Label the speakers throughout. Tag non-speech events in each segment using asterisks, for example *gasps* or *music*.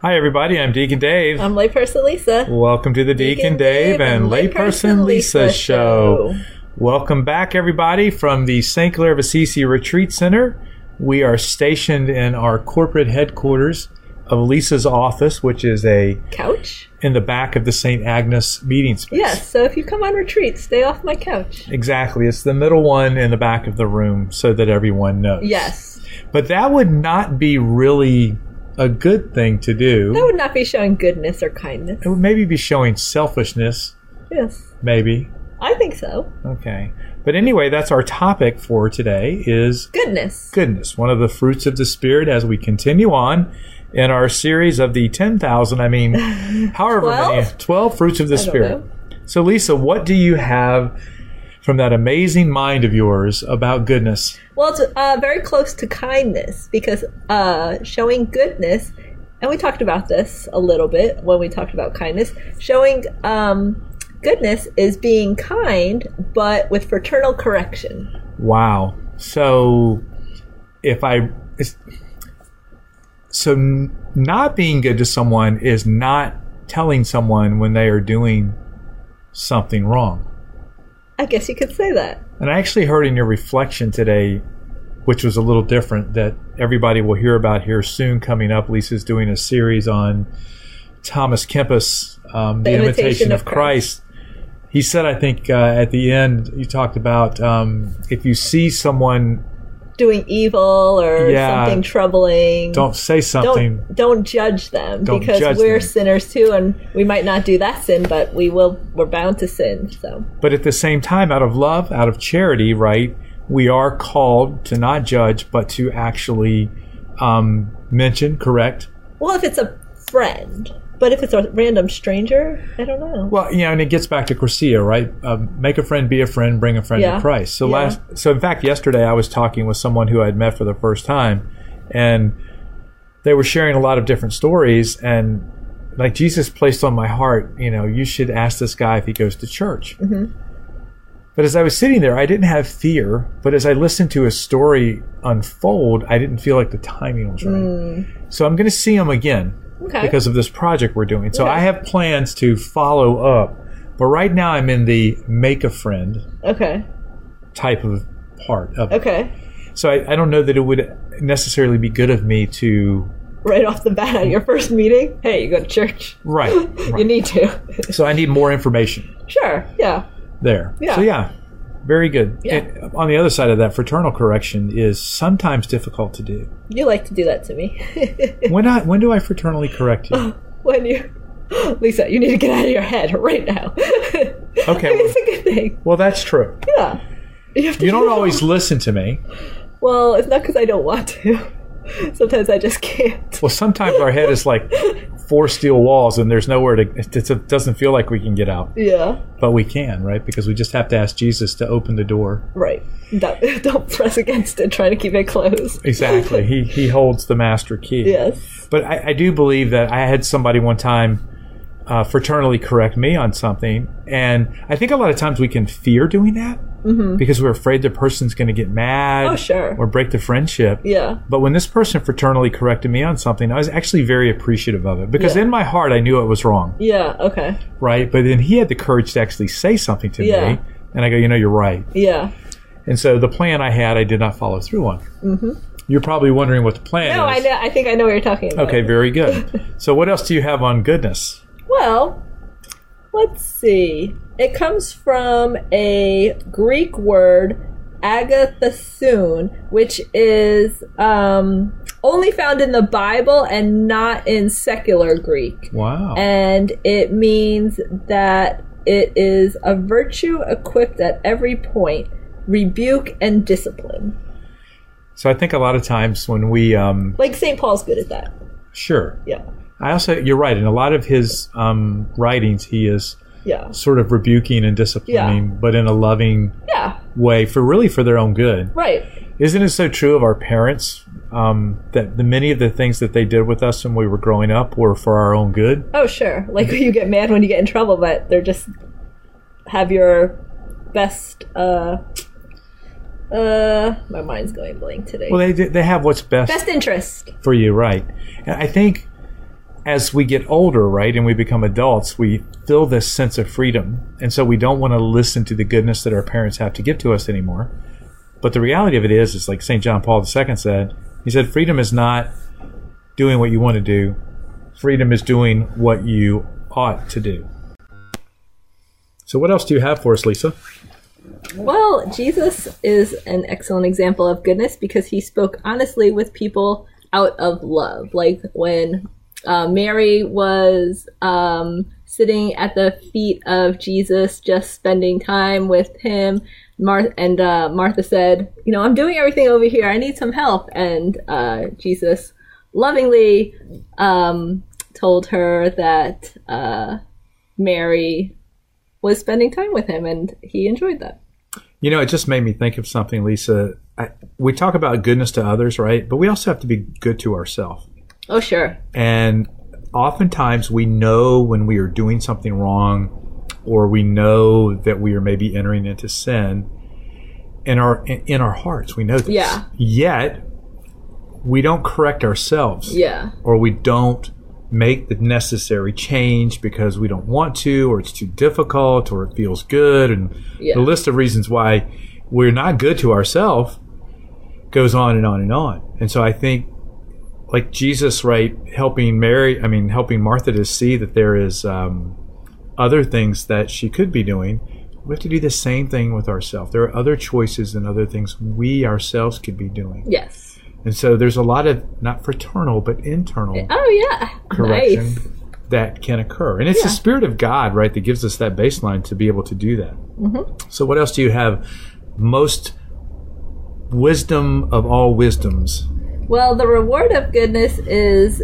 Speaker 1: Hi, everybody. I'm Deacon Dave.
Speaker 2: I'm layperson Lisa.
Speaker 1: Welcome to the Um, Deacon, Dave, and Layperson Lisa, show. Welcome back, everybody, from the St. Clair of Assisi Retreat Center. We are stationed in our corporate headquarters of Lisa's office, which is a
Speaker 2: Couch?
Speaker 1: in the back of the St. Agnes meeting space.
Speaker 2: Yes. So if you come on retreat, stay off my couch.
Speaker 1: Exactly. It's the middle one in the back of the room so that everyone knows.
Speaker 2: Yes.
Speaker 1: But that would not be really a good thing to do.
Speaker 2: That would not be showing goodness or kindness.
Speaker 1: It would maybe be showing selfishness,
Speaker 2: Yes.
Speaker 1: maybe.
Speaker 2: I think so.
Speaker 1: Okay. But anyway, that's our topic for today is
Speaker 2: Goodness.
Speaker 1: goodness, one of the fruits of the spirit as we continue on in our series of the 10,000, I
Speaker 2: *laughs*
Speaker 1: mean, however many
Speaker 2: 12?
Speaker 1: 12 fruits of the
Speaker 2: I don't
Speaker 1: spirit.
Speaker 2: know.
Speaker 1: So Lisa, what do you have from that amazing mind of yours about goodness?
Speaker 2: Well, it's uh, very close to kindness because uh, showing goodness, and we talked about this a little bit when we talked about kindness, showing um, goodness is being kind but with fraternal correction.
Speaker 1: Wow. So if I it's, so n- not being good to someone is not telling someone when they are doing something wrong.
Speaker 2: I guess you could say that.
Speaker 1: And I actually heard in your reflection today, which was a little different, that everybody will hear about here soon coming up. Lisa's doing a series on Thomas Kempis, um, The, Imitation, of, Christ. He said, I think uh, at the end, you talked about um, if you see someone,
Speaker 2: Doing evil or
Speaker 1: Yeah.
Speaker 2: something troubling.
Speaker 1: don't say something.
Speaker 2: don't don't judge them
Speaker 1: Don't
Speaker 2: because
Speaker 1: judge
Speaker 2: we're
Speaker 1: them.
Speaker 2: sinners too, and we might not do that sin, but we will. We're bound to sin. So
Speaker 1: But at the same time, out of love, out of charity, right, we are called to not judge, but to actually um, mention, correct,
Speaker 2: Well, if it's a friend, but if it's a random stranger, I don't know.
Speaker 1: Well, you know, and it gets back to Corsia, right? Um, make a friend, be a friend, bring a friend
Speaker 2: Yeah.
Speaker 1: to Christ. So
Speaker 2: Yeah.
Speaker 1: last, so in fact, yesterday I was talking with someone who I'd met for the first time, and they were sharing a lot of different stories, and like Jesus placed on my heart, you know, you should ask this guy if he goes to church.
Speaker 2: Mm-hmm.
Speaker 1: But as I was sitting there, I didn't have fear. But as I listened to his story unfold, I didn't feel like the timing was right.
Speaker 2: Mm.
Speaker 1: So I'm going to see him again
Speaker 2: Okay.
Speaker 1: because of this project we're doing. So
Speaker 2: Okay.
Speaker 1: I have plans to follow up, but right now I'm in the make a friend
Speaker 2: okay.
Speaker 1: type of part of it.
Speaker 2: Okay.
Speaker 1: So I, I don't know that it would necessarily be good of me to
Speaker 2: Right off the bat, at your first meeting, hey, you go to church.
Speaker 1: right.
Speaker 2: *laughs* You
Speaker 1: right.
Speaker 2: need to. *laughs*
Speaker 1: so I need more information
Speaker 2: sure. Yeah.
Speaker 1: there.
Speaker 2: Yeah.
Speaker 1: So yeah, very good.
Speaker 2: Yeah.
Speaker 1: And on the other side of that, fraternal correction is sometimes difficult to do.
Speaker 2: You like to do that to me. *laughs*
Speaker 1: When I when do I fraternally correct
Speaker 2: *gasps*
Speaker 1: you?
Speaker 2: when you. Lisa, you need to get out of your head right now. *laughs* okay.
Speaker 1: well-
Speaker 2: it's a good thing.
Speaker 1: Well, that's true.
Speaker 2: Yeah. You, have to
Speaker 1: You don't
Speaker 2: do-
Speaker 1: always listen to me.
Speaker 2: Well, it's not because I don't want to. *laughs* Sometimes I just can't.
Speaker 1: Well, sometimes our head is like four steel walls, and there's nowhere to. It it's- it doesn't feel like we can get out,
Speaker 2: Yeah.
Speaker 1: but we can, right? Because we just have to ask Jesus to open the door.
Speaker 2: Right. Don't, *laughs* don't press against it, trying to keep it closed.
Speaker 1: Exactly. he he holds the master key.
Speaker 2: Yes.
Speaker 1: But I, I do believe that I had somebody one time uh, fraternally correct me on something, and I think a lot of times we can fear doing that because we're afraid the person's going to get mad
Speaker 2: Mm-hmm. Oh, sure.
Speaker 1: or break the friendship.
Speaker 2: Yeah.
Speaker 1: But when this person fraternally corrected me on something, I was actually very appreciative of it because
Speaker 2: Yeah.
Speaker 1: in my heart I knew it was wrong.
Speaker 2: Yeah. Okay.
Speaker 1: right? But then he had the courage to actually say something to
Speaker 2: Yeah.
Speaker 1: me, and I go, you know, you're right.
Speaker 2: Yeah.
Speaker 1: And so the plan I had, I did not follow through on. Mm-hmm. You're probably wondering what the plan
Speaker 2: No, I
Speaker 1: is.
Speaker 2: know. I think I know what you're talking about.
Speaker 1: Okay, very
Speaker 2: *laughs*
Speaker 1: good. so what else do you have on goodness?
Speaker 2: Well, let's see. It comes from a Greek word, agathasoon, which is um, only found in the Bible and not in secular Greek.
Speaker 1: Wow.
Speaker 2: and it means that it is a virtue equipped at every point rebuke and discipline
Speaker 1: so I think a lot of times when we, um,
Speaker 2: like st paul's good at that
Speaker 1: sure.
Speaker 2: yeah
Speaker 1: I also, you're right. In a lot of his um, writings, he is
Speaker 2: yeah
Speaker 1: sort of rebuking and disciplining, but in a loving
Speaker 2: yeah
Speaker 1: way for really for their own good.
Speaker 2: right
Speaker 1: Isn't it so true of our parents um, that the many of the things that they did with us when we were growing up were for our own good?
Speaker 2: oh sure like *laughs* you get mad when you get in trouble but they're just have your best uh uh my mind's going blank today
Speaker 1: Well, they they have what's best,
Speaker 2: best interest
Speaker 1: for you, right? And I think as we get older, right, and we become adults, we feel this sense of freedom. And so we don't want to listen to the goodness that our parents have to give to us anymore. But the reality of it is, it's like St. John Paul II said, he said, freedom is not doing what you want to do, freedom is doing what you ought to do. So, what else do you have for us, Lisa?
Speaker 2: Well, Jesus is an excellent example of goodness because he spoke honestly with people out of love. Like when uh, Mary was um, sitting at the feet of Jesus, just spending time with him. Mar- and uh, Martha said, You know, I'm doing everything over here. I need some help. And uh, Jesus lovingly um, told her that uh, Mary was spending time with him and he enjoyed that.
Speaker 1: You know, it just made me think of something, Lisa. I, we talk about goodness to others, right? But we also have to be good to ourselves.
Speaker 2: Oh, sure.
Speaker 1: And oftentimes we know when we are doing something wrong or we know that we are maybe entering into sin in our in, in our hearts. We know this.
Speaker 2: Yeah.
Speaker 1: Yet we don't correct ourselves
Speaker 2: Yeah.
Speaker 1: or we don't make the necessary change because we don't want to, or it's too difficult, or it feels good, and
Speaker 2: Yeah.
Speaker 1: the list of reasons why we're not good to ourselves goes on and on and on. And so I think, like Jesus, right, helping Mary, I mean, helping Martha to see that there is um, other things that she could be doing. We have to do the same thing with ourselves. There are other choices and other things we ourselves could be doing.
Speaker 2: Yes.
Speaker 1: And so there's a lot of, not fraternal, but internal
Speaker 2: Oh, yeah.
Speaker 1: correction
Speaker 2: Nice.
Speaker 1: that can occur. And it's the
Speaker 2: Yeah.
Speaker 1: Spirit of God, right, that gives us that baseline to be able to do that.
Speaker 2: Mm-hmm.
Speaker 1: So, what else do you have? Most wisdom of all wisdoms.
Speaker 2: Well, the reward of goodness is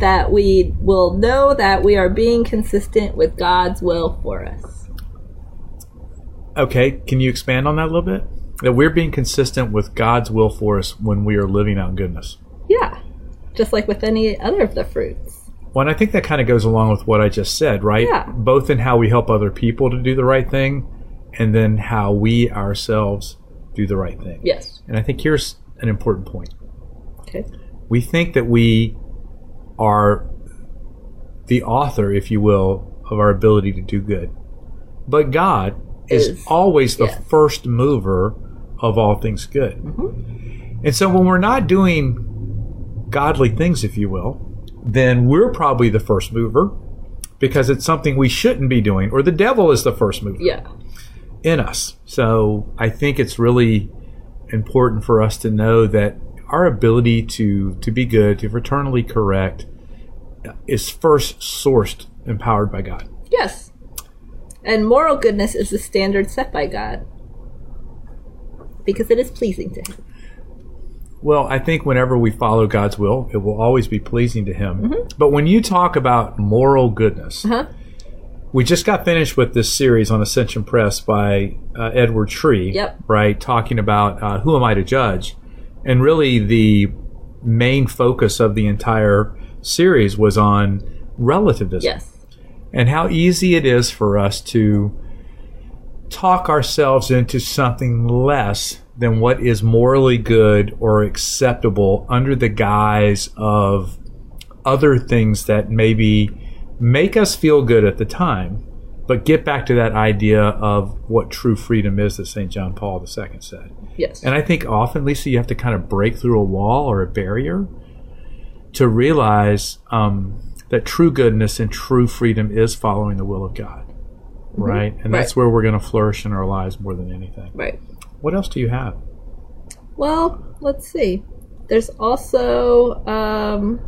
Speaker 2: that we will know that we are being consistent with God's will for us.
Speaker 1: Okay, can you expand on that a little bit? That we're being consistent with God's will for us when we are living out goodness.
Speaker 2: Yeah. Just like with any other of the fruits.
Speaker 1: Well, and I think that kind of goes along with what I just said, right?
Speaker 2: Yeah.
Speaker 1: Both in how we help other people to do the right thing and then how we ourselves do the right thing.
Speaker 2: Yes.
Speaker 1: And I think here's an important point.
Speaker 2: Okay.
Speaker 1: we think that we are the author, if you will, of our ability to do good. But God is,
Speaker 2: Is.
Speaker 1: always the
Speaker 2: Yes.
Speaker 1: first mover of all things good.
Speaker 2: Mm-hmm.
Speaker 1: And so when we're not doing godly things, if you will, then we're probably the first mover because it's something we shouldn't be doing, or the devil is the first mover
Speaker 2: Yeah.
Speaker 1: in us. So I think it's really important for us to know that our ability to to be good, to fraternally correct, uh, is first sourced and powered by God.
Speaker 2: Yes. And moral goodness is the standard set by God because it is pleasing to Him.
Speaker 1: Well, I think whenever we follow God's will, it will always be pleasing to Him. But when you talk about moral goodness,
Speaker 2: Mm-hmm. Uh-huh.
Speaker 1: we just got finished with this series on Ascension Press by uh, Edward Tree,
Speaker 2: Yep.
Speaker 1: right? Talking about uh, who am I to judge? And really, the main focus of the entire series was on relativism
Speaker 2: Yes.
Speaker 1: and how easy it is for us to talk ourselves into something less than what is morally good or acceptable under the guise of other things that maybe make us feel good at the time, but get back to that idea of what true freedom is that St. John Paul II said.
Speaker 2: Yes.
Speaker 1: And I think often, Lisa, you have to kind of break through a wall or a barrier to realize um, that true goodness and true freedom is following the will of God, right? And that's
Speaker 2: Right.
Speaker 1: where we're going to flourish in our lives more than anything.
Speaker 2: right.
Speaker 1: What else do you have?
Speaker 2: Well, let's see. There's also um,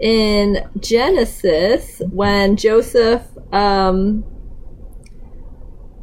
Speaker 2: in Genesis when Joseph um,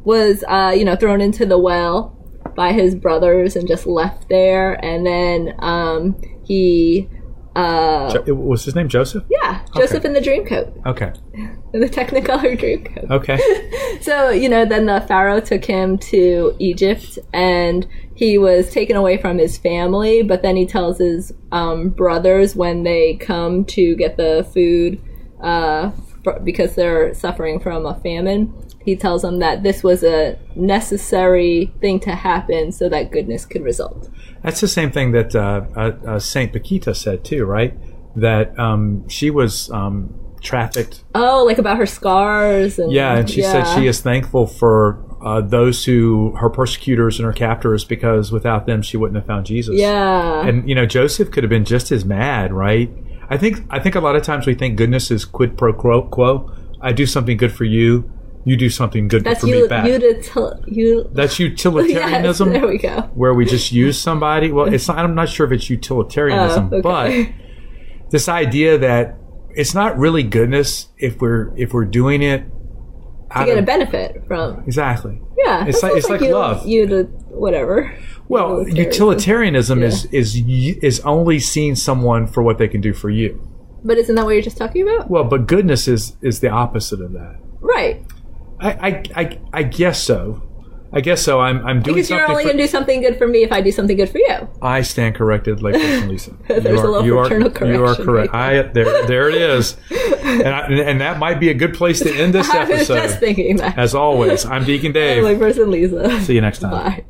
Speaker 2: was, uh, you know, thrown into the well by his brothers and just left there, and then um, he, uh,
Speaker 1: Jo- was his name Joseph?
Speaker 2: yeah, Joseph in the dream coat,
Speaker 1: Okay.
Speaker 2: in the Technicolor *laughs* dream coat.
Speaker 1: Okay.
Speaker 2: So, you know, then the Pharaoh took him to Egypt and he was taken away from his family, but then he tells his um, brothers when they come to get the food uh, fr- because they're suffering from a famine. He tells them that this was a necessary thing to happen so that goodness could result.
Speaker 1: That's the same thing that uh, uh, uh, Saint Paquita said too, right? That um, she was um, trafficked.
Speaker 2: Oh, like about her scars and
Speaker 1: Yeah, and she
Speaker 2: yeah.
Speaker 1: said she is thankful for uh, those who her persecutors and her captors, because without them she wouldn't have found Jesus.
Speaker 2: Yeah.
Speaker 1: and you know Joseph could have been just as mad, right? I think I think a lot of times we think goodness is quid pro quo. quo. I do something good for you, you do something good
Speaker 2: That's
Speaker 1: for
Speaker 2: you
Speaker 1: me back.
Speaker 2: util- you
Speaker 1: That's
Speaker 2: *laughs* yes,
Speaker 1: utilitarianism.
Speaker 2: there we go.
Speaker 1: where we just use somebody. Well, it's not, I'm not sure if it's utilitarianism,
Speaker 2: Oh, okay.
Speaker 1: but this idea that it's not really goodness if we're if we're doing it out
Speaker 2: You get a
Speaker 1: of-
Speaker 2: benefit from
Speaker 1: exactly.
Speaker 2: yeah.
Speaker 1: It's
Speaker 2: that
Speaker 1: like-
Speaker 2: sounds
Speaker 1: it's like
Speaker 2: you-
Speaker 1: love.
Speaker 2: You to whatever.
Speaker 1: Well, utilitarianism is is y- is only seeing someone for what they can do for you.
Speaker 2: But isn't that what you're just talking about?
Speaker 1: Well, but goodness is is the opposite of that.
Speaker 2: Right.
Speaker 1: I I, I, I guess so. I guess so. I'm I'm doing
Speaker 2: Because
Speaker 1: something.
Speaker 2: you're only
Speaker 1: for-
Speaker 2: going to do something good for me if I do something good for you.
Speaker 1: I stand corrected,
Speaker 2: *laughs*
Speaker 1: like Lisa and Lisa.
Speaker 2: There's
Speaker 1: you
Speaker 2: a little
Speaker 1: you
Speaker 2: fraternal
Speaker 1: You are
Speaker 2: correction
Speaker 1: correct. I, there, there it
Speaker 2: *laughs*
Speaker 1: is. And, I, and that might be a good place to end this
Speaker 2: I was
Speaker 1: episode.
Speaker 2: just thinking that. *laughs*
Speaker 1: As always, I'm Deacon Dave.
Speaker 2: Like person Lisa.
Speaker 1: See you next time.
Speaker 2: *laughs* Bye.